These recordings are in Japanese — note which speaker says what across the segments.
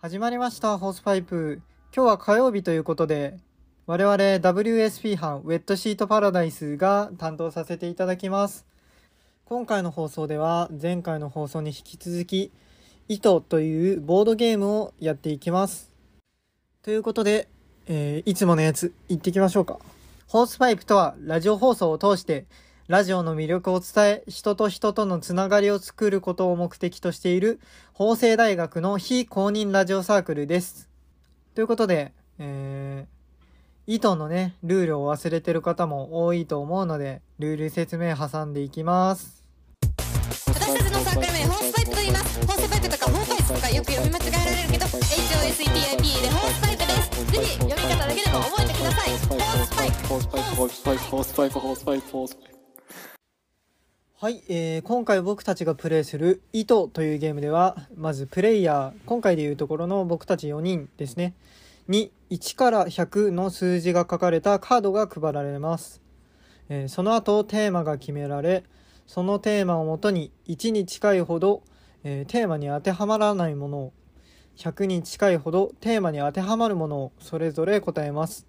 Speaker 1: 始まりました、ホースパイプ。今日は火曜日ということで、我々 WSP 班ウェットシートパラダイスが担当させていただきます。今回の放送では、前回の放送に引き続き、糸というボードゲームをやっていきます。ということで、えーいつものやつ、行ってきましょうか。ホースパイプとは、ラジオ放送を通して、ラジオの魅力を伝え、人と人とのつながりを作ることを目的としている、法政大学の非公認ラジオサークルです。ということで、えー、糸のね、ルールを忘れてる方も多いと思うので、ルール説明挟んでいきます。
Speaker 2: 私たちのサークル名ホースパイプと言いますホースパイプとかホーパイプとかよく読み間違えられるけど HOSEPIP でホースパイプですぜひ読み方だけでも覚えてくださいホースパイプ
Speaker 1: はい、えー今回僕たちがプレイする「糸」というゲームではまずプレイヤー今回でいうところの僕たち4人ですねに1から100の数字が書かれたカードが配られます、えーその後テーマが決められそのテーマをもとに1に近いほど、えーテーマに当てはまらないものを100に近いほどテーマに当てはまるものをそれぞれ答えます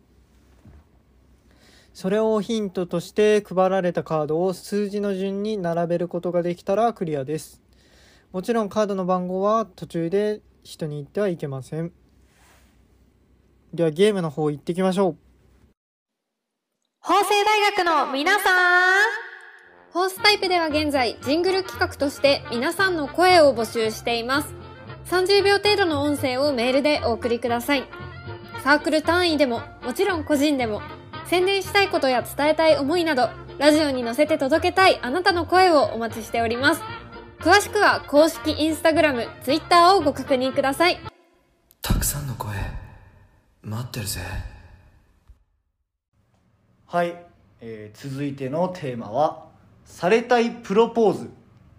Speaker 1: それをヒントとして配られたカードを数字の順に並べることができたらクリアです。もちろんカードの番号は途中で人に言ってはいけません。ではゲームの方行ってきましょう。
Speaker 3: 法政大学の皆さんホースタイプでは現在ジングル企画として皆さんの声を募集しています30秒程度の音声をメールでお送りくださいサークル単位でももちろん個人でも宣伝したいことや伝えたい思いなどラジオに乗せて届けたいあなたの声をお待ちしております詳しくは公式インスタグラム、ツイッターをご確認ください
Speaker 4: たくさんの声待ってるぜ
Speaker 5: はい、えー続いてのテーマは「されたいプロポーズ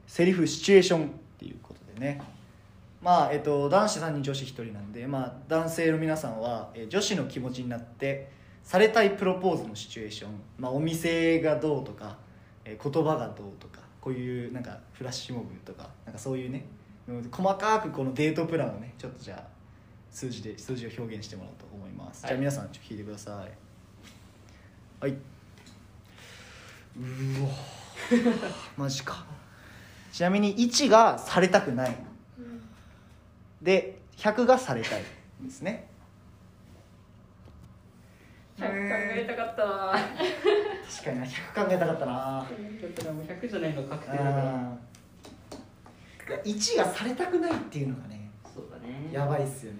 Speaker 5: セリフシチュエーション」っていうことでねまあえっと男子3人女子1人なんで、まあ、男性の皆さんは、えー女子の気持ちになってされたいプロポーズのシチュエーション、まあ、お店がどうとか、えー言葉がどうとかこういうなんかフラッシュモブとかなんかそういうね細かくこのデートプランをねちょっとじゃあ数字で数字を表現してもらおうと思います、じゃあ皆さんちょっと聞いてくださいはいうわマジかちなみに1がされたくないで100がされたいですね
Speaker 6: 100考えたかったな
Speaker 5: 確かにな100考えたかったな
Speaker 6: ちょっとでも100じゃないの確定だから
Speaker 5: うんいや1がされたくないっていうのがね
Speaker 6: そうだね
Speaker 5: やばいっすよね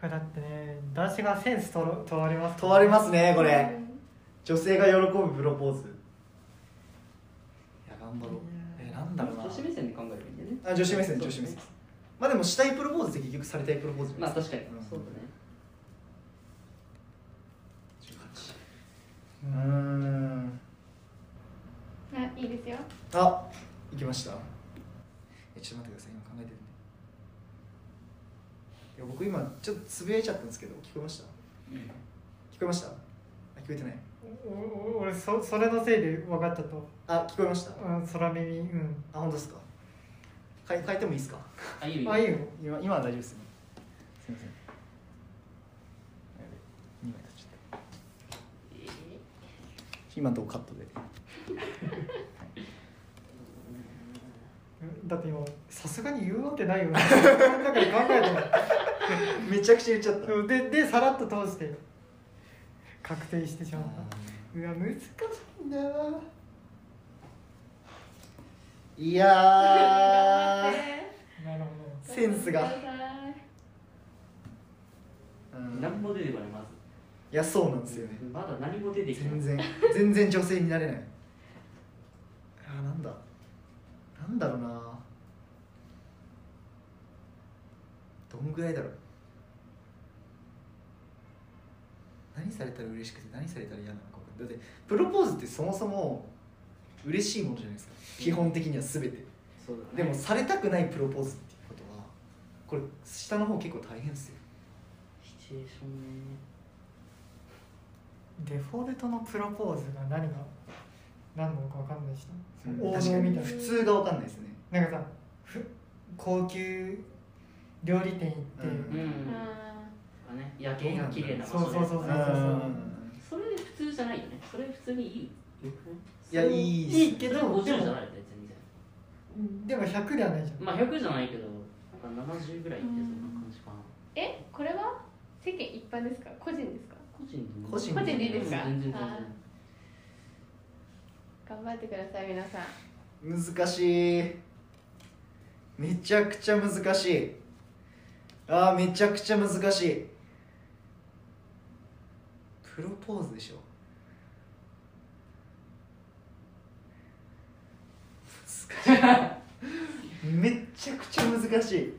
Speaker 1: これだってね、男子がセンスと問われます
Speaker 5: 問われますねこれ女性が喜ぶプロポーズいや頑張ろうえなんだろうな
Speaker 6: 女子目線で考えるばいいんだよね
Speaker 5: あ女子目線女子目線まあでもしたいプロポーズって結局されたいプロポーズじゃな
Speaker 6: ま
Speaker 5: い
Speaker 6: あ
Speaker 5: です
Speaker 6: 確かに
Speaker 5: うん
Speaker 6: そうだね
Speaker 5: うーん
Speaker 7: あ、いいですよ。
Speaker 5: あ行きましたえちょっと待ってください今考えてるんでいや僕今ちょっとつぶやいちゃったんですけど聞こえました、聞こえましたあ聞こえてない
Speaker 1: 俺そ、それのせいで分かっちゃった。
Speaker 5: あ聞こえました
Speaker 1: うん、空耳、うん。
Speaker 5: あ本当ですか変え変えてもいいですか
Speaker 6: あいいよ
Speaker 1: あ、
Speaker 6: いい
Speaker 1: い
Speaker 6: よ
Speaker 1: いよ。
Speaker 5: 今今は大丈夫ですねすいませんやべ2枚取っちゃった今のとこカットで
Speaker 1: だって今、さすがに言うわけないよね。だから考えて
Speaker 5: めちゃくちゃ言っちゃった
Speaker 1: もで、で、さらっと通して、確定してし
Speaker 5: あ
Speaker 1: まった。うわ難しいんだよな
Speaker 5: ーいや
Speaker 1: なるほ
Speaker 5: ーセンスが、うん、
Speaker 6: 何も出てこないま
Speaker 5: いやそうなんです
Speaker 6: ず
Speaker 5: よね
Speaker 6: まだ何も出てきてない
Speaker 5: 全 然全然女性になれないあなんだなんだろうなどんぐらいだろう何されたら嬉しくて何されたら嫌なのか分かんないだってプロポーズってそもそも嬉しいものじゃないですか基本的には全て
Speaker 6: そうだ
Speaker 5: で
Speaker 6: ね
Speaker 5: もされたくないプロポーズっていうことはこれ下の方結構大変ですよ
Speaker 6: シチュエーションね
Speaker 1: どデフォルトのプロポーズが何が何なのか分かんないしな、
Speaker 5: 確
Speaker 1: 王
Speaker 5: か
Speaker 1: 道み
Speaker 5: に
Speaker 1: たい
Speaker 5: 普通が分かんないですね
Speaker 1: ななんかさふ高級
Speaker 8: 料理店行って、
Speaker 5: うん
Speaker 6: うん
Speaker 7: あ
Speaker 6: あね夜景が綺麗な場所で
Speaker 8: そうそうそうそうそうん
Speaker 5: う
Speaker 6: それ普通じゃないよねそれ普通にいいよくない
Speaker 5: いやいいっす
Speaker 8: いいけ
Speaker 6: けど
Speaker 8: どで
Speaker 6: 50じゃ
Speaker 8: も
Speaker 6: ないよね全然
Speaker 8: でも100ではないじゃん
Speaker 6: まあ100じゃないけどなんか70ぐらいってそんな感じかな
Speaker 7: ーえこれは世間一般ですか個人ですか
Speaker 6: 個人で
Speaker 5: 個人
Speaker 7: 個人でいいですか
Speaker 6: 全然全然
Speaker 7: あ頑張ってください皆さん
Speaker 5: 難しいめちゃくちゃ難しいあーめちゃくちゃ難しいプロポーズでしょ難しいめっちゃくちゃ難しい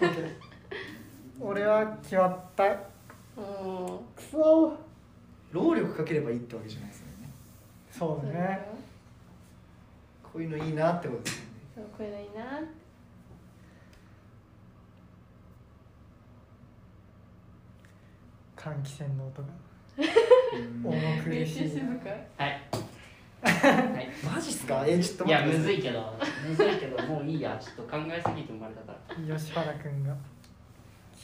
Speaker 5: OK
Speaker 1: 俺は決まった
Speaker 7: お
Speaker 1: くそ
Speaker 5: 労力かければいいってわけじゃないですよね
Speaker 1: そうね
Speaker 5: こういうのいいなってことですよね
Speaker 7: そうこういうのいいなって
Speaker 1: 換気扇の音が
Speaker 5: うん
Speaker 1: 重苦
Speaker 7: めっ
Speaker 1: し
Speaker 7: ちゃ
Speaker 1: い
Speaker 7: 静
Speaker 1: な
Speaker 7: か
Speaker 6: はい、はい
Speaker 5: マジっすかえちょっと
Speaker 6: い
Speaker 5: 待って
Speaker 6: やむず
Speaker 5: い
Speaker 6: いけどむずいけどもういいやちょっと考えすぎて生まれたから
Speaker 1: 吉原くんが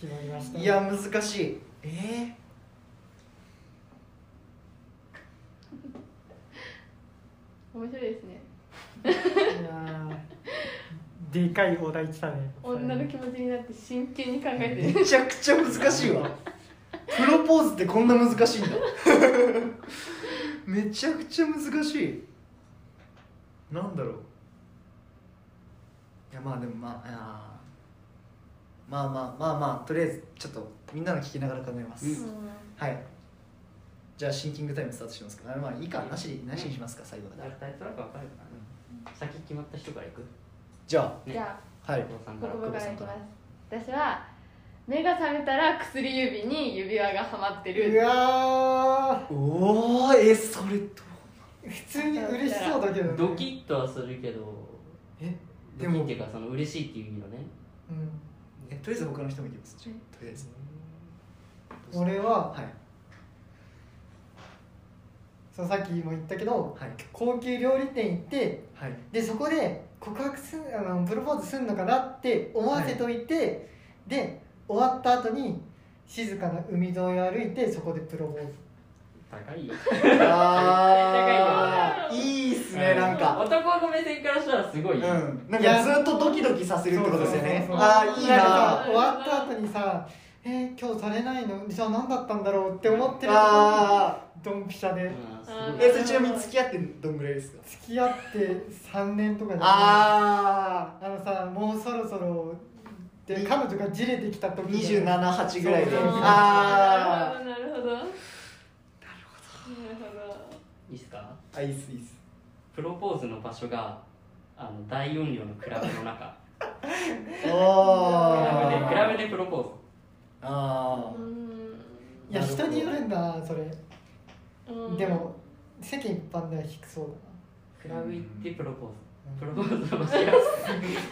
Speaker 1: 決まりましたね
Speaker 5: いや難しいえ
Speaker 7: 面白いですね
Speaker 1: いやーでかいお題来たね
Speaker 7: 女の気持ちになって真剣に考え
Speaker 5: ー、
Speaker 7: てる
Speaker 5: めちゃくちゃ難しいわプロポーズってこんな難しいんだめちゃくちゃ難しいなんだろういやまあでもまああーまあまあまあまあとりあえずちょっとみんなの聞きながら考えます、
Speaker 7: うん
Speaker 5: はいじゃあシンキングタイムスタートしますかあまあいいかなしなしにしますか最後ま
Speaker 6: 誰
Speaker 5: で
Speaker 6: となんか分かるかな先決まった人から行く
Speaker 5: じゃ
Speaker 7: じゃ
Speaker 5: あ
Speaker 7: あ
Speaker 5: はい
Speaker 6: 久保さんから
Speaker 7: 国語からいきます私は目が覚めたら薬指に指輪がはまって
Speaker 1: う
Speaker 7: る
Speaker 1: わ
Speaker 5: おおえそれと
Speaker 1: ー普通に嬉しそうだけど、ね、
Speaker 6: ドキッとはするけど
Speaker 5: え
Speaker 6: ドキッっていうかその嬉しいっていう意味のね
Speaker 1: うん
Speaker 5: えとりあえず他の人もいきますじゃあとりあえず
Speaker 1: 俺は
Speaker 5: はい
Speaker 1: そうさっきも言ったけど
Speaker 5: はい
Speaker 1: 高級料理店行って
Speaker 5: はい
Speaker 1: でそこで告白すんあのプロポーズすんのかなって思わせといて、で終わった後に静かな海沿いを歩いてそこでプロポーズ
Speaker 6: 高いよ
Speaker 5: あーいいっすねなんか
Speaker 6: 男の目線からしたらすご
Speaker 5: う
Speaker 6: い
Speaker 5: ん
Speaker 6: よ、
Speaker 5: なんかずっとドキドキさせるってことですよね
Speaker 1: そうそうそう
Speaker 5: あーいい
Speaker 1: なんか
Speaker 5: な
Speaker 1: さ終わった後にさえー、今日されないのじゃあ何だったんだろうって思ってると
Speaker 5: あ
Speaker 1: ドンピシャで
Speaker 6: うんす
Speaker 5: ー
Speaker 6: ごい
Speaker 5: えそれちなみに付き合ってどんぐらいですか
Speaker 1: 付き合って3年とかで
Speaker 5: あ
Speaker 1: あのさもうそろそろで彼女がじれてきた時
Speaker 5: ー278ぐらいで
Speaker 1: そうそうそう
Speaker 5: あ
Speaker 7: なるほどなるほどなるほど
Speaker 6: いいっすか
Speaker 5: ーあいいっすいいっす
Speaker 6: プロポーズの場所があの大音量のクラブの中
Speaker 5: お
Speaker 6: クラブで
Speaker 5: ー
Speaker 6: クラブでプロポーズ
Speaker 5: あ
Speaker 7: う
Speaker 5: ー
Speaker 1: いや人によるんだそれ
Speaker 7: ーん
Speaker 1: でも世間一般では低そう
Speaker 6: クラブ行ってプロポーズプ
Speaker 1: だ
Speaker 6: ロ
Speaker 1: な
Speaker 6: ポーズの場所が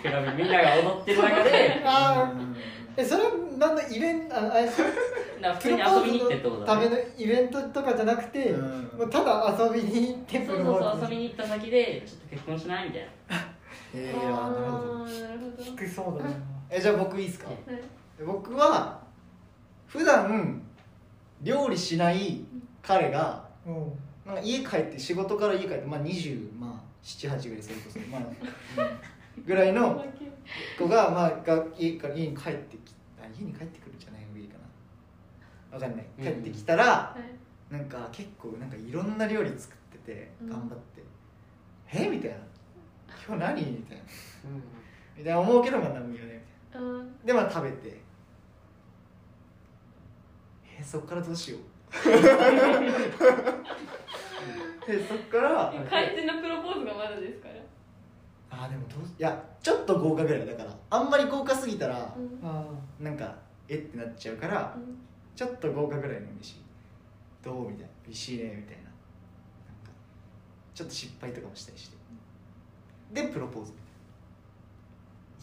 Speaker 6: クラブみんなが踊ってる中で
Speaker 1: あー
Speaker 5: うん
Speaker 1: えそれは何のイベントああれ
Speaker 6: な
Speaker 1: プ
Speaker 6: 普通
Speaker 1: ロ
Speaker 6: に
Speaker 1: ポ
Speaker 6: 遊びに行って
Speaker 1: ー
Speaker 6: って
Speaker 1: ズ
Speaker 6: こと
Speaker 1: の
Speaker 6: だ
Speaker 1: ため
Speaker 6: ね
Speaker 1: のイベントとかじゃなくて、
Speaker 5: うん
Speaker 1: もうただ遊びに行ってプ
Speaker 6: そう
Speaker 1: ロ
Speaker 6: そ
Speaker 1: ポ
Speaker 6: うそう
Speaker 1: ー
Speaker 6: 遊び
Speaker 1: ズ
Speaker 6: に行った先でちょっと結婚しないみたいな
Speaker 5: えーあーなるほど
Speaker 7: あーなるほど
Speaker 1: 低そうだな
Speaker 5: えじゃあ僕いいっすか
Speaker 7: はい
Speaker 5: 僕は普段料理しない彼が
Speaker 1: うん
Speaker 5: なんか家帰って仕事から家帰って、まあ、278、まあ、7 8ぐらいそれこそ、まあ、うんぐらいの子が、まあ、が家から家に帰ってきあ家に帰ってくるじゃない方がいいかなわかんない
Speaker 6: うん
Speaker 5: 帰ってきたら、
Speaker 7: はい
Speaker 5: なんか結構なんかいろんな料理作ってて
Speaker 7: うん
Speaker 5: 頑張って「えみたいな「今日何?」みたいなみたいな思うけどまあ何も言わないみたいな。
Speaker 7: うん
Speaker 5: でまあ食べてえーそっからどうしようえーそっから
Speaker 7: 完全なプロポーズがまだですから
Speaker 5: あーでもどういやちょっと豪華ぐらいだからあんまり豪華すぎたら
Speaker 7: うん
Speaker 1: あ
Speaker 5: なんかえってなっちゃうから
Speaker 7: うん
Speaker 5: ちょっと豪華ぐらいの飯どうみたいな美味しいねみたいななんかちょっと失敗とかもしたりしてでプロポーズ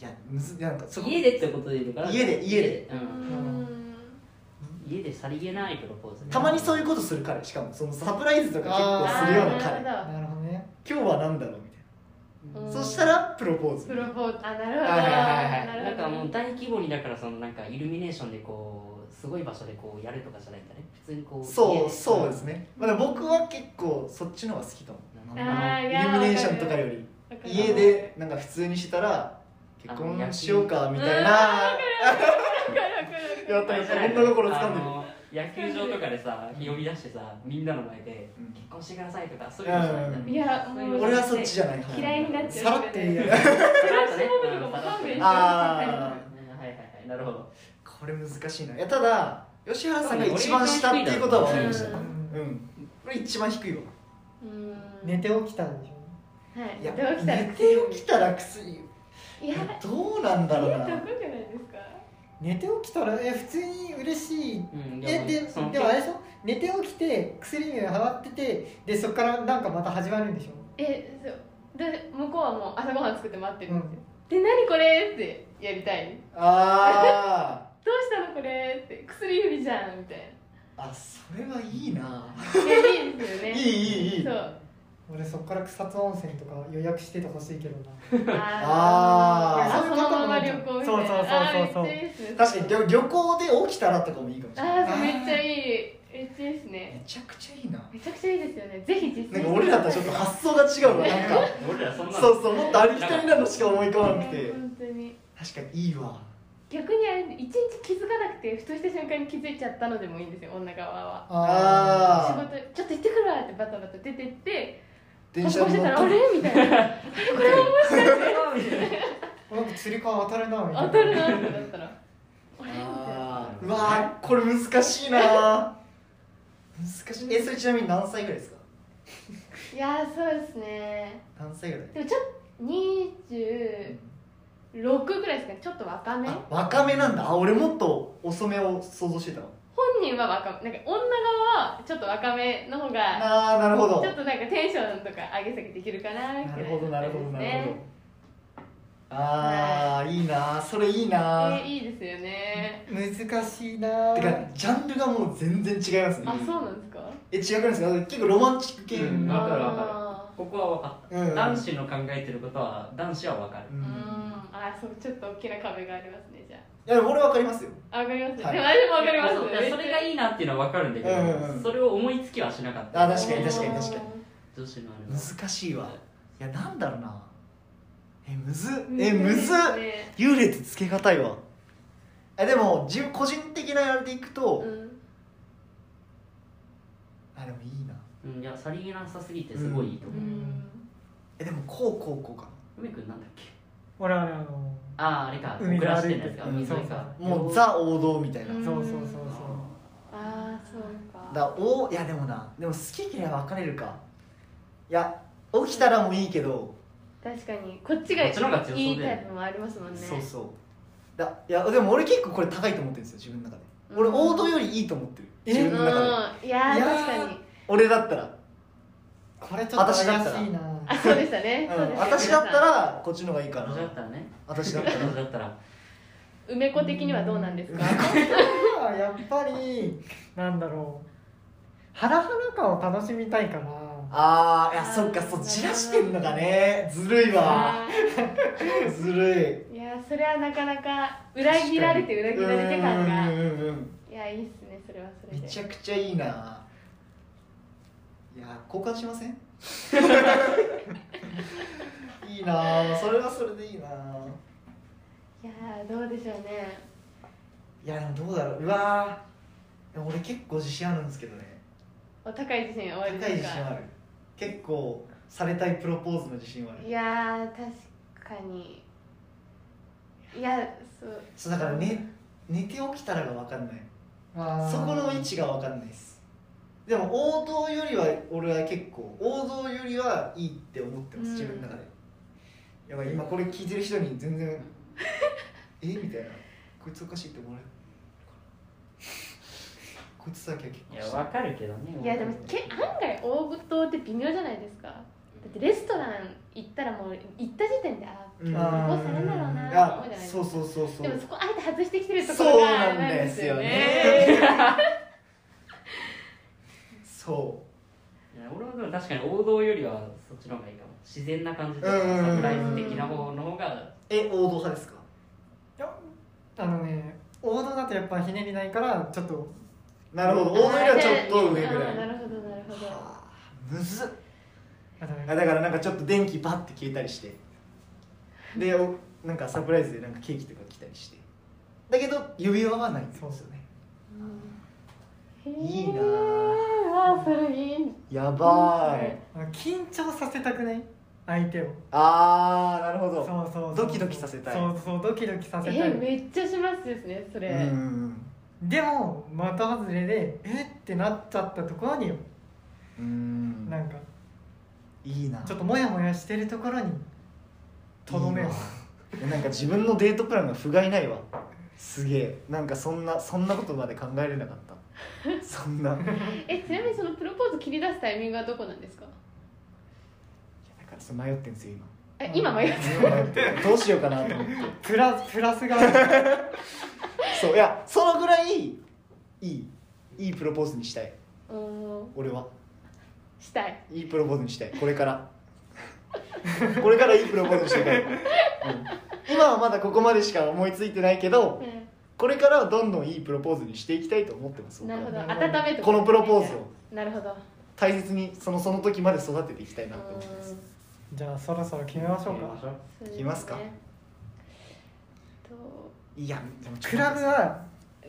Speaker 5: いやむずいやなんかそこ
Speaker 6: 家でってことでいいのかな
Speaker 5: 家で家で
Speaker 6: う
Speaker 7: うんん
Speaker 6: 家でさりげないプロポーズね
Speaker 5: たまにそういうことする彼しかもそのサプライズとか結構するような
Speaker 7: あー
Speaker 5: 彼
Speaker 7: なる
Speaker 1: あなるほどね
Speaker 5: 今日は何だろうみたいな
Speaker 7: う
Speaker 5: そ
Speaker 7: ん
Speaker 5: したらプロポーズ
Speaker 7: プロポーズあなるほど、
Speaker 6: はいはいはいはい
Speaker 7: な
Speaker 6: な
Speaker 7: る
Speaker 6: ん
Speaker 7: ほど
Speaker 6: かもう大規模にだからそのなんかイルミネーションでこうすごい場所でこうやるとかじゃないんだね普通にこう
Speaker 5: そうそうです
Speaker 6: ね
Speaker 5: ね、まあ、でも僕は結構そっちの方が好きかも
Speaker 6: あ
Speaker 5: あの
Speaker 7: ー
Speaker 5: イ
Speaker 7: いや
Speaker 5: ルミネーションとかより
Speaker 7: わかる
Speaker 5: 家でなんか普通にしてたら結婚しようかみたいな
Speaker 7: わかるわかる
Speaker 5: やったやった女心掴んでる
Speaker 6: 野球場とかでさ呼び出してさみんなの前で
Speaker 5: うん
Speaker 6: 結婚してくださいとかそういうのじゃないんだね
Speaker 7: いやもう
Speaker 5: 俺はそっちじゃない
Speaker 7: 嫌いになっちゃう
Speaker 8: さらって言え る
Speaker 7: ラッシュモブとかも勘弁して
Speaker 6: あ
Speaker 5: あ
Speaker 6: はいはいはいなるほど
Speaker 5: これ難しいないやただ吉原さんが一番下っていうことは分かりましたうんこれ一番低いわ
Speaker 7: うん
Speaker 8: 寝て起きたんでしょ
Speaker 7: はい
Speaker 5: い
Speaker 7: 寝
Speaker 5: や
Speaker 7: て起きたら
Speaker 5: 寝て起きたら薬
Speaker 7: いや
Speaker 5: どうなんだろう
Speaker 7: 家
Speaker 5: な
Speaker 7: っておかしくないですか
Speaker 8: 寝て起きたらえ普通に嬉しい
Speaker 6: うん
Speaker 8: えで
Speaker 6: その
Speaker 8: でもあれでしょ寝て起きて薬指を払っててでそこからなんかまた始まるんでしょ
Speaker 7: えそうで向こうはもう朝ごはん作って待ってるんですよ、で何これってやりたい
Speaker 5: あ
Speaker 7: どうしたのこれって薬指じゃんみたいな
Speaker 5: ーあそれはいいない
Speaker 7: やいいですよ
Speaker 5: い
Speaker 7: ね
Speaker 5: いいいいい
Speaker 7: そう
Speaker 8: 俺そこから草津温泉とか予約しててほしいけどな
Speaker 5: あ
Speaker 8: ー
Speaker 7: あそのまま旅行みたいな
Speaker 8: そうそうそうそうそう
Speaker 7: あーめっちゃいいですね
Speaker 5: 確かに旅旅行で起きたらとかもいいかもし
Speaker 7: あ
Speaker 5: れない
Speaker 7: ーそうめっちゃいいめっちゃいいです
Speaker 5: め
Speaker 7: ね
Speaker 5: ちゃくちゃいいな
Speaker 7: めちゃくちゃいいですよねぜひ実践して
Speaker 5: なんか俺らとちょっと発想が違うわなんか
Speaker 6: 俺らそんなの
Speaker 5: そうそうもっとありきたりなのしか思い浮かばなく
Speaker 7: ね
Speaker 5: て
Speaker 7: 本当に
Speaker 5: 確かにいいわ
Speaker 7: 逆にあれ一日気づかなくてふとした瞬間に気づいちゃったのでもいいんですよ女側は仕
Speaker 5: ああ
Speaker 7: 事ちょっと行ってくるわってバタバタ出てって
Speaker 5: 電
Speaker 7: パ
Speaker 5: 車
Speaker 7: ソコンしてたらあ
Speaker 5: 乗
Speaker 7: れ
Speaker 5: る
Speaker 7: みたいな
Speaker 5: これ面
Speaker 8: あなんか釣り革当たるなみたいな
Speaker 7: 当たるなってなったらあれみたいな
Speaker 5: あーうわーこれ難しいな難しいえそれちなみに何歳ぐらいですか
Speaker 7: いやーそうですね
Speaker 5: 何歳ぐらい
Speaker 7: でもちょっと26ぐらいですかねちょっと若め
Speaker 5: あ若めなんだあ俺もっと遅めを想像してたわ
Speaker 7: 本人は若めなんか女側はちょっと若めの方が
Speaker 5: ああなるほど
Speaker 7: ちょっとなんかテンションとか上げ下げできるかなみた
Speaker 5: ないるほどなるほどなるほど
Speaker 7: ね
Speaker 5: ああいいなそれいいな
Speaker 7: えいいですよね
Speaker 8: 難しいな
Speaker 5: てかジャンルがもう全然違いますね
Speaker 7: あそうなんですか
Speaker 5: え違くないですか結構ロマンチック系
Speaker 6: う
Speaker 5: うんん、
Speaker 6: わかるわかる
Speaker 7: あ
Speaker 6: ここは分か
Speaker 5: う
Speaker 6: った
Speaker 5: ん、
Speaker 6: 男子の考えてることは男子は分かる
Speaker 5: う
Speaker 7: ーうん
Speaker 5: ん
Speaker 7: あーそうちょっと大きな壁がありますねじゃ
Speaker 5: いやでも俺わかりますよ
Speaker 7: ああわかります、
Speaker 5: はい
Speaker 7: でも私もわかります
Speaker 6: いやそういやそれがいいなっていうのは分かるんだけど、
Speaker 5: うんうん
Speaker 6: それを思いつきはしなかった
Speaker 5: あ確かに確かに確かに
Speaker 6: 女子のあれは
Speaker 5: 難しいわいやなんだろうなえむずっ
Speaker 7: うん
Speaker 5: えむずっ
Speaker 7: そうですね
Speaker 5: 優劣つけがたいわえでも自分個人的なあれでいくと、
Speaker 7: うん
Speaker 5: あでもいいな
Speaker 6: うんいやさりげなさすぎてすごいいいと
Speaker 7: う
Speaker 6: 思う、
Speaker 7: ん
Speaker 5: えでもこうこうこうか
Speaker 6: 梅くんなんだっけ
Speaker 8: 俺はねあの
Speaker 6: あああれか
Speaker 8: 海
Speaker 6: 暮
Speaker 8: が
Speaker 6: ら
Speaker 8: 歩
Speaker 6: し
Speaker 8: い
Speaker 6: て
Speaker 8: て
Speaker 6: ん
Speaker 8: る
Speaker 6: です
Speaker 5: うん
Speaker 6: か海沿いか
Speaker 8: そ
Speaker 5: もうザ王道みたいな、
Speaker 7: う
Speaker 5: だ
Speaker 8: そ
Speaker 5: か
Speaker 7: ん
Speaker 8: うそうそうそう
Speaker 7: ああそうから
Speaker 5: おいやでもなでも好き嫌い分かれるかいや起きたらもいいけど、
Speaker 7: 確かにこっちが
Speaker 6: こっちの方が強そうだよ
Speaker 7: いいタイプもありますもんね
Speaker 5: そうそうだいやでも俺結構これ高いと思ってるんですよ自分の中で俺
Speaker 7: うん
Speaker 5: 王道よりいいと思ってる
Speaker 8: え
Speaker 5: 自分の中で
Speaker 7: うんいやー
Speaker 5: いやー
Speaker 7: 確かに
Speaker 5: 俺だったら、
Speaker 8: これちょっと怪しいな
Speaker 7: あそうでしたね、
Speaker 5: う
Speaker 7: そうで
Speaker 5: ん、
Speaker 7: したね
Speaker 5: 私だったらこっちの方がいいか
Speaker 6: 女子だっ
Speaker 5: な
Speaker 6: たらね
Speaker 5: 私だったら
Speaker 6: 女子だったら
Speaker 7: 梅子的にはどうなんですか
Speaker 8: 僕はやっぱりなんだろうハラハラ感を楽しみたいから
Speaker 5: あーいやそっかそうじらしてんのがねずるいわ
Speaker 7: あ
Speaker 5: ずるい
Speaker 7: ーいやーそれはなかなか裏切られて裏切られて感が
Speaker 5: うんうんうんうん
Speaker 7: いやいいっすねそれはそれ
Speaker 5: め
Speaker 7: で
Speaker 5: ちゃくちゃいいないや交換し ませんいいなそれはそれでいいない
Speaker 7: いやーどうでしょうね
Speaker 5: やでもどうだろううわー俺結構自信あるんですけどね
Speaker 7: お高い自信終わ
Speaker 5: 高い
Speaker 7: りで
Speaker 5: 自
Speaker 7: す
Speaker 5: 信
Speaker 7: か
Speaker 5: ある結構されたいプロポーズの自信はある
Speaker 7: いやー確かにいやそう
Speaker 5: そうだから、ね、寝て起きたらが分かんない
Speaker 8: あー
Speaker 5: そこの位置が分かんないですでも王道よりは俺は結構王道よりはいいって思ってます、
Speaker 7: うん
Speaker 5: 自分の中でやばい今これ聞いてる人に全然 えみたいなこいつおかしいって思われるこいつだけは結
Speaker 6: い
Speaker 5: 構
Speaker 6: や
Speaker 5: して
Speaker 6: 分かるけどね
Speaker 7: いやでもけ案外大舞踏って微妙じゃないですかだってレストラン行ったらもう行った時点であー
Speaker 5: うん
Speaker 7: 今日旅行されんだろうなーって思うじゃ
Speaker 5: あ
Speaker 7: ないです
Speaker 5: そ
Speaker 7: か
Speaker 5: うそうそうそ
Speaker 7: でも
Speaker 5: う
Speaker 7: そこあえて外してきてるところが
Speaker 5: そうなんですよね
Speaker 7: なんですよね
Speaker 5: そ
Speaker 6: いや俺はでも確かに王道よりはそっちの方がいいかも自然な感じで
Speaker 5: うんうんうんうん
Speaker 6: サプライズ的な方の方が
Speaker 5: え王道派ですか
Speaker 8: あのね王道だとやっぱひねりないからちょっと
Speaker 5: なるほど
Speaker 7: 王
Speaker 5: 王道よりはちょっと上ぐらい
Speaker 7: なるほどなるほど
Speaker 5: はあむずっ
Speaker 8: あのね
Speaker 5: あだからなんかちょっと電気バッて消えたりしてでおなんかサプライズでなんかケーキとか来たりしてだけど指輪はないんですよね
Speaker 7: へえ
Speaker 5: いいな
Speaker 7: あそれいい
Speaker 5: やばーい
Speaker 8: あの緊張させたくない相手を
Speaker 5: あーなるほ
Speaker 8: そう
Speaker 5: ど
Speaker 8: そうそう
Speaker 5: ドキドキさせたい
Speaker 8: そうそうドキドキさせたい、
Speaker 7: えめっちゃしますですねそれ、
Speaker 5: うんうん
Speaker 8: でも的外れでえってなっちゃったところによ
Speaker 5: うんうん
Speaker 8: なんか
Speaker 5: いいな
Speaker 8: ちょっとモヤモヤしてるところにとどめを
Speaker 5: いいないやなんか自分のデートプランが不甲斐ないわすげえなんかそんなそんなことまで考えれなかったそんないやだか
Speaker 7: えちなみにそのプロポーズ切り出すタイミングはどこなんですから
Speaker 5: それ迷ってんすよ今
Speaker 7: え今迷って
Speaker 5: 今迷ってるどうしようかなと思って
Speaker 8: プラプラスが ある
Speaker 5: そういやそのぐらいいいいいプロポーズにしたいう
Speaker 7: ーん
Speaker 5: 俺は
Speaker 7: したい
Speaker 5: いいプロポーズにしたいこれから これからいいプロポーズにしていから、うん今はまだここまでしか思いついてないけどこれからはどんどんいいプロポーズにしていきたいと思ってます僕
Speaker 7: な
Speaker 5: は
Speaker 7: るほど温めて
Speaker 5: このプロポーズを
Speaker 7: なるほど
Speaker 5: 大切にそのその時まで育てていきたいなって思います
Speaker 7: う
Speaker 8: じゃあそろそろ決めましょう
Speaker 6: 見えま
Speaker 8: か
Speaker 6: しょう
Speaker 7: ーん
Speaker 5: いきますか
Speaker 7: そうでねと
Speaker 5: いやでもちょっと
Speaker 8: クラブは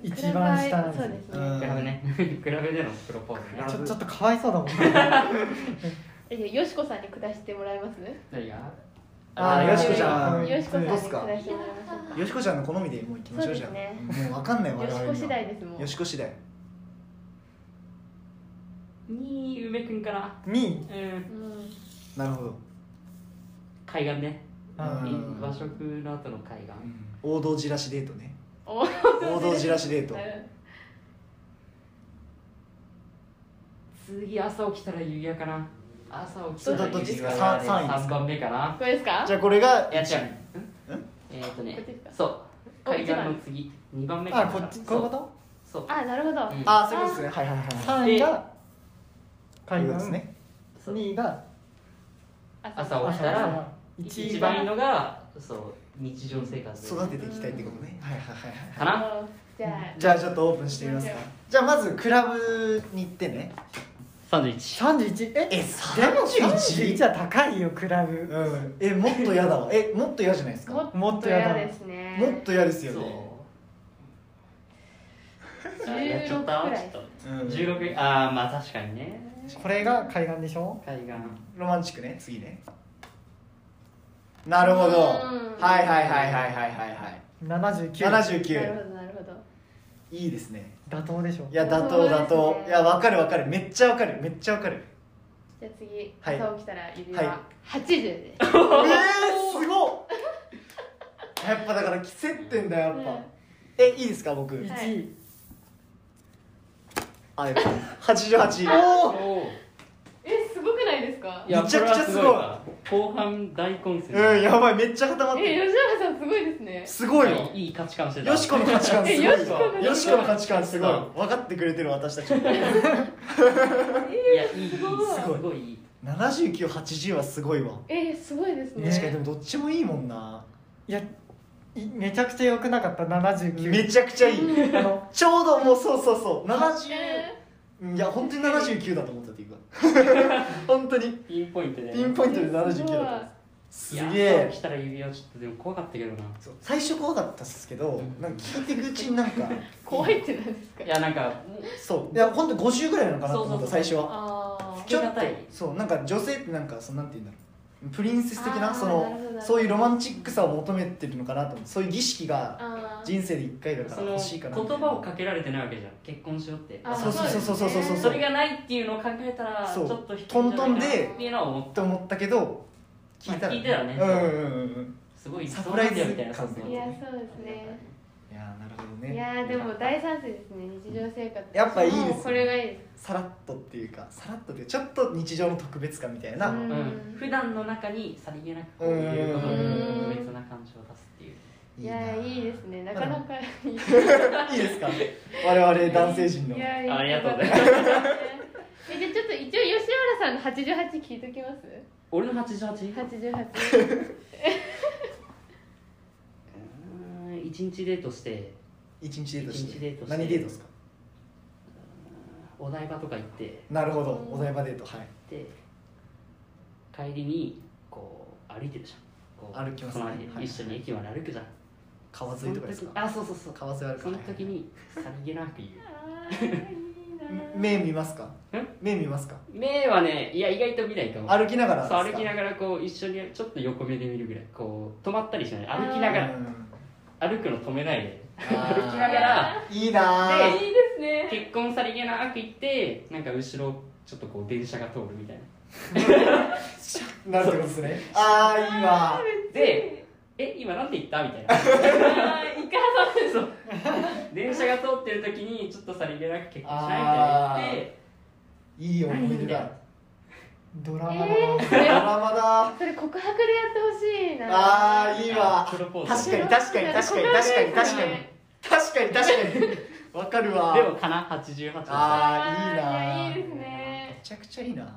Speaker 8: 一番下なんです
Speaker 7: そう
Speaker 8: よ
Speaker 7: です
Speaker 5: うん
Speaker 7: ね
Speaker 6: クラブ ねクラブでのプロポーズ
Speaker 8: ちょちょっとかわいそうだもん あ
Speaker 7: えよしこさんに下してもらえます
Speaker 6: 何が
Speaker 5: あーよしこちゃん
Speaker 8: うん
Speaker 7: よしこさんに
Speaker 5: どう
Speaker 7: 下
Speaker 5: っすか
Speaker 7: してもらいましょうか
Speaker 5: よしこちゃんの好みでもう行きましょうじゃ
Speaker 7: そうで
Speaker 5: んもうわかんない我々
Speaker 7: よし
Speaker 5: に
Speaker 7: こ
Speaker 5: は
Speaker 7: 次第ですもん
Speaker 5: よしこ次第
Speaker 6: に梅くんから
Speaker 8: 2位
Speaker 6: うん
Speaker 7: うん
Speaker 5: なるほど
Speaker 6: 海岸ね
Speaker 8: あ
Speaker 5: う
Speaker 8: ー
Speaker 5: ん
Speaker 6: 和食の後の海岸
Speaker 5: 王道じらしデート ね
Speaker 7: おー
Speaker 5: 王道じらしデート
Speaker 6: 次朝起きたら指輪かな朝起きた
Speaker 5: それ
Speaker 6: ら
Speaker 5: どどっち
Speaker 6: 指
Speaker 5: ですか
Speaker 6: 輪
Speaker 5: 三三位です
Speaker 6: 3番目かな
Speaker 7: これですか
Speaker 5: じゃあこれが
Speaker 6: いや違
Speaker 5: 一
Speaker 6: うえーっと
Speaker 7: こ
Speaker 6: ね
Speaker 7: っちですか
Speaker 6: そう
Speaker 7: お
Speaker 6: 海岸の次2番目か
Speaker 8: あ
Speaker 6: な
Speaker 8: こっちこういうこと
Speaker 6: そうそう
Speaker 7: あなるほ
Speaker 6: う
Speaker 7: ど
Speaker 6: ん
Speaker 5: あそういうことですねはいはいはいはい
Speaker 8: 3位が
Speaker 5: そうい
Speaker 8: 海
Speaker 5: うことです
Speaker 8: 岸
Speaker 5: ね
Speaker 6: そう
Speaker 8: 2位が
Speaker 6: 朝起きたら
Speaker 8: 1
Speaker 6: 一
Speaker 8: 位
Speaker 6: 番いい
Speaker 8: が
Speaker 6: のがそう日常生活
Speaker 5: 育てていきたいってことねはいはいはいはい
Speaker 6: かな
Speaker 7: じゃあ
Speaker 5: じゃあちょっとオープンしてみますかじゃあまずクラブに行ってね
Speaker 6: 31
Speaker 8: 31え
Speaker 5: え
Speaker 8: 31は高いよクラブ
Speaker 5: うんえもっと嫌だわえもっと嫌じゃないですかも
Speaker 8: も
Speaker 7: も
Speaker 8: っ
Speaker 7: っ
Speaker 8: と
Speaker 7: と
Speaker 8: やだ
Speaker 7: 嫌ですね
Speaker 5: っと嫌ですよ
Speaker 6: そう
Speaker 5: ね
Speaker 6: あやっちゃった
Speaker 7: 16くらい
Speaker 6: ちょっ
Speaker 5: うん
Speaker 6: と16ああまあ確かにね
Speaker 8: これが海岸でしょ
Speaker 6: 海岸
Speaker 5: ロマンチックね次ねなるほど
Speaker 7: うん
Speaker 5: はいはいはいはいはいはいはい
Speaker 8: 79
Speaker 5: 79
Speaker 7: なるほどなるほど
Speaker 5: いいですね
Speaker 8: 妥当でしょ
Speaker 5: いや妥当妥
Speaker 7: そう
Speaker 5: 当
Speaker 7: ですね
Speaker 5: いやわかるわかるめっちゃわかるめっちゃわかる
Speaker 7: じゃあ次
Speaker 5: はい
Speaker 7: 朝起きたら指
Speaker 5: はい
Speaker 7: 輪80です
Speaker 5: えー、すごっやっぱだから着せってんだよやっぱ、
Speaker 7: うん
Speaker 5: えいいですか僕
Speaker 8: 1位、
Speaker 7: はい
Speaker 5: あやっぱ88
Speaker 6: お
Speaker 5: お
Speaker 6: お
Speaker 7: えすごくないですか
Speaker 6: いや
Speaker 5: めちゃくちゃすごい
Speaker 6: これはすごいわ後半大混戦
Speaker 5: うんやばいめっちゃ固まって
Speaker 7: え
Speaker 5: る
Speaker 7: 吉原さんすごいですね
Speaker 5: すごいよ
Speaker 6: いい価値観してた
Speaker 5: よしこの価値観すごい
Speaker 7: えよしこの
Speaker 5: わ
Speaker 7: ね
Speaker 5: よしこの価値観すごい分かってくれてる私たち
Speaker 6: いやいいいいす
Speaker 5: ごい
Speaker 6: ごいいい
Speaker 5: 7980はすごいわ
Speaker 7: えすごいですね
Speaker 5: 確かにでもどっちもいいもんない
Speaker 8: やいめちゃくちゃ良くなかった79
Speaker 5: めちゃくちゃいい
Speaker 8: あの
Speaker 5: ちょうどもうそうそうそう70
Speaker 7: え
Speaker 5: いや本当に79だと思ったっていうか本当に
Speaker 6: ピンポイントで
Speaker 5: ピンポイントで79だと思ったす
Speaker 6: い
Speaker 5: げ
Speaker 6: や
Speaker 5: え
Speaker 6: 朝起きたら指輪ちょっとでも怖かったけどな
Speaker 5: そう最初怖かったっすけど
Speaker 6: ん
Speaker 5: なんか聞いていくうちになんか
Speaker 7: 怖いってなんですか
Speaker 6: いやなんか
Speaker 5: そういや本当50ぐらいなのかなと思っ
Speaker 6: そうそ
Speaker 5: た
Speaker 6: うそう
Speaker 5: 最初は
Speaker 7: ああ
Speaker 5: ちょっと
Speaker 6: つけがたい
Speaker 5: そうなんか女性ってなんかそのなんて言うんだろうプリンセス的
Speaker 7: あ
Speaker 5: な
Speaker 7: ー
Speaker 5: そ
Speaker 7: なるほどなるほ
Speaker 5: の
Speaker 7: ど
Speaker 5: そういうロマンチックさを求めてるのかなと思ってそういう儀式が
Speaker 7: あー
Speaker 5: 人生で一回だか
Speaker 6: そ
Speaker 5: ら
Speaker 6: の
Speaker 5: 欲しいかなみた
Speaker 6: 言
Speaker 5: い
Speaker 6: 葉を
Speaker 5: な
Speaker 6: かけられてないわけじゃん結婚しようって
Speaker 7: あ
Speaker 5: そうそうそうそうそうそう
Speaker 6: それがないっていうのを考えたらち
Speaker 5: そ
Speaker 6: ょ
Speaker 5: う
Speaker 6: っと引けるんじゃないかなっていうのは思っ
Speaker 5: って思ったけど
Speaker 6: た
Speaker 5: 聞いたら
Speaker 6: 聞いたらね
Speaker 5: うんうんうんうん
Speaker 6: すごい
Speaker 5: サプライズ
Speaker 6: そうなんだよみたいな
Speaker 5: 感
Speaker 6: そうそう
Speaker 7: いやそうですね
Speaker 5: いやーなるほど
Speaker 7: い
Speaker 5: ね
Speaker 7: やーでも大賛成ですね日常生活
Speaker 5: やっぱいいですね
Speaker 7: もうこれがいいです
Speaker 5: さらっとっていうかさらっとでちょっと日常の特別感みたいな、
Speaker 7: うん
Speaker 6: うん普段の中にさりげなくこういうことに特別な感情を出すっていう
Speaker 7: いや
Speaker 5: な
Speaker 7: いいですねなかなかいい
Speaker 5: いいですか 我々男性陣の
Speaker 7: いやい
Speaker 6: ありがとうござい
Speaker 7: ますえじゃあちょっと一応吉さんの88聞いときます
Speaker 6: 俺の 88? う
Speaker 7: ?88
Speaker 6: ーん1日デートして
Speaker 5: 一日デートして
Speaker 6: 一日デートして
Speaker 5: 何デートですか
Speaker 6: お台場とか行って
Speaker 5: なるほどお台場デートはい
Speaker 6: で帰りにこう歩いてるじゃんこう
Speaker 5: 歩きますね
Speaker 6: その辺
Speaker 5: はい
Speaker 6: 一緒に駅まで歩くじゃん、
Speaker 5: 川沿いとかです
Speaker 6: その時
Speaker 5: か
Speaker 6: あそうそうそう
Speaker 5: 川沿い歩く
Speaker 6: その時にさりげなく言う
Speaker 7: あーいいなー
Speaker 5: 目見ますか
Speaker 6: ん
Speaker 5: 目見ますか
Speaker 6: 目はねいや意外と見ないかも
Speaker 5: 歩きながらです
Speaker 6: そ
Speaker 5: か
Speaker 6: う歩きながらこう一緒にちょっと横目で見るぐらいこう止まったりしない歩きながら
Speaker 5: うん
Speaker 6: 歩くの止めないで
Speaker 5: あー
Speaker 6: 歩きながら
Speaker 5: いいなー
Speaker 7: いいですね
Speaker 6: 結婚さりげなく行ってなんか後ろちょっとこう電車が通るみたいな
Speaker 5: なるってことですねああいいわ
Speaker 6: でえ今なんて言ったみたいな
Speaker 7: あーいかがです
Speaker 6: そう 電車が通ってる時にちょっとさりげなく結婚しないみ
Speaker 5: あー
Speaker 6: たいな言って
Speaker 5: いい思い出だ
Speaker 8: ドラマだな、
Speaker 7: えー、そ
Speaker 5: ド
Speaker 7: れ
Speaker 5: ラマだ
Speaker 7: それ告白でやってほしいな
Speaker 5: あーいいわ
Speaker 6: プロポーズ
Speaker 5: 確かに確かに確かに確かに確かに確かに確かにわかるわ
Speaker 6: でもかな88だ
Speaker 5: あーいいなー
Speaker 7: あーいやいいですね
Speaker 5: めちゃくちゃいいなも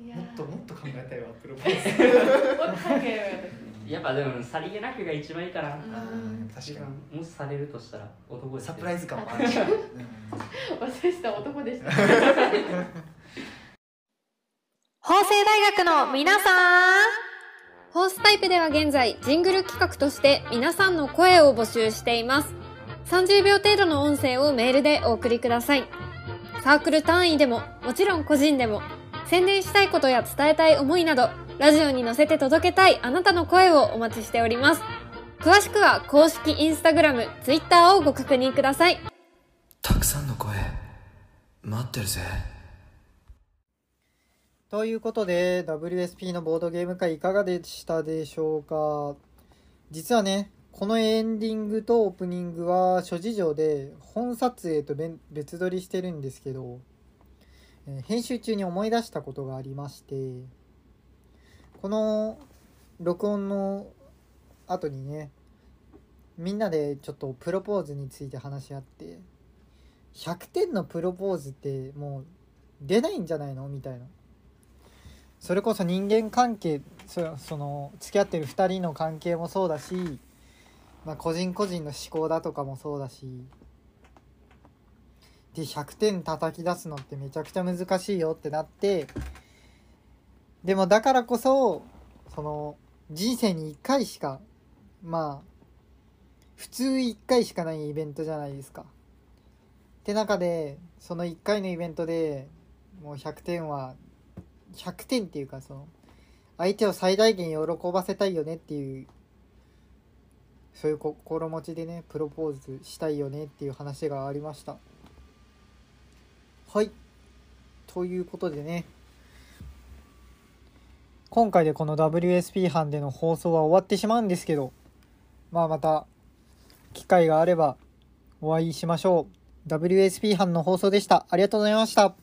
Speaker 7: いや
Speaker 5: っと
Speaker 7: ー
Speaker 5: も
Speaker 7: も
Speaker 5: っと考えたいわプロポーズ
Speaker 7: っと早くやればよかった
Speaker 6: やっぱでもさりげなくが一番いいから
Speaker 5: あー確か
Speaker 6: もしされるとしたら男
Speaker 5: に
Speaker 6: です
Speaker 5: サ
Speaker 6: よ
Speaker 5: プライズ感もあるし、うん
Speaker 7: 忘れてた男でした
Speaker 3: 法政大学の皆さんホースタイプでは現在ジングル企画として皆さんの声を募集しています30秒程度の音声をメールでお送りくださいサークル単位でももちろん個人でも宣伝したいことや伝えたい思いなどラジオに乗せて届けたいあなたの声をお待ちしております詳しくは公式インスタグラム、ツイッターをご確認ください
Speaker 4: たくさんの声待ってるぜ
Speaker 1: ということで WSP のボードゲーム会いかがでしたでしょうか実はねこのエンディングとオープニングは諸事情で本撮影と別別撮りしてるんですけど、えー編集中に思い出したことがありましてこの録音の後にねみんなでちょっとプロポーズについて話し合って100点のプロポーズってもう出ないんじゃないのみたいなそれこそ人間関係そその付き合ってる2人の関係もそうだし、まあ、個人個人の思考だとかもそうだしで100点叩き出すのってめちゃくちゃ難しいよってなってでもだからこそその人生に1回しかまあ普通1回しかないイベントじゃないですか。って中でその1回のイベントでもう100点は100点っていうかその相手を最大限喜ばせたいよねっていうそういう心持ちでねプロポーズしたいよねっていう話がありましたはいということでね今回でこの WSP 班での放送は終わってしまうんですけどまあまた機会があればお会いしましょう WSP 班の放送でしたありがとうございました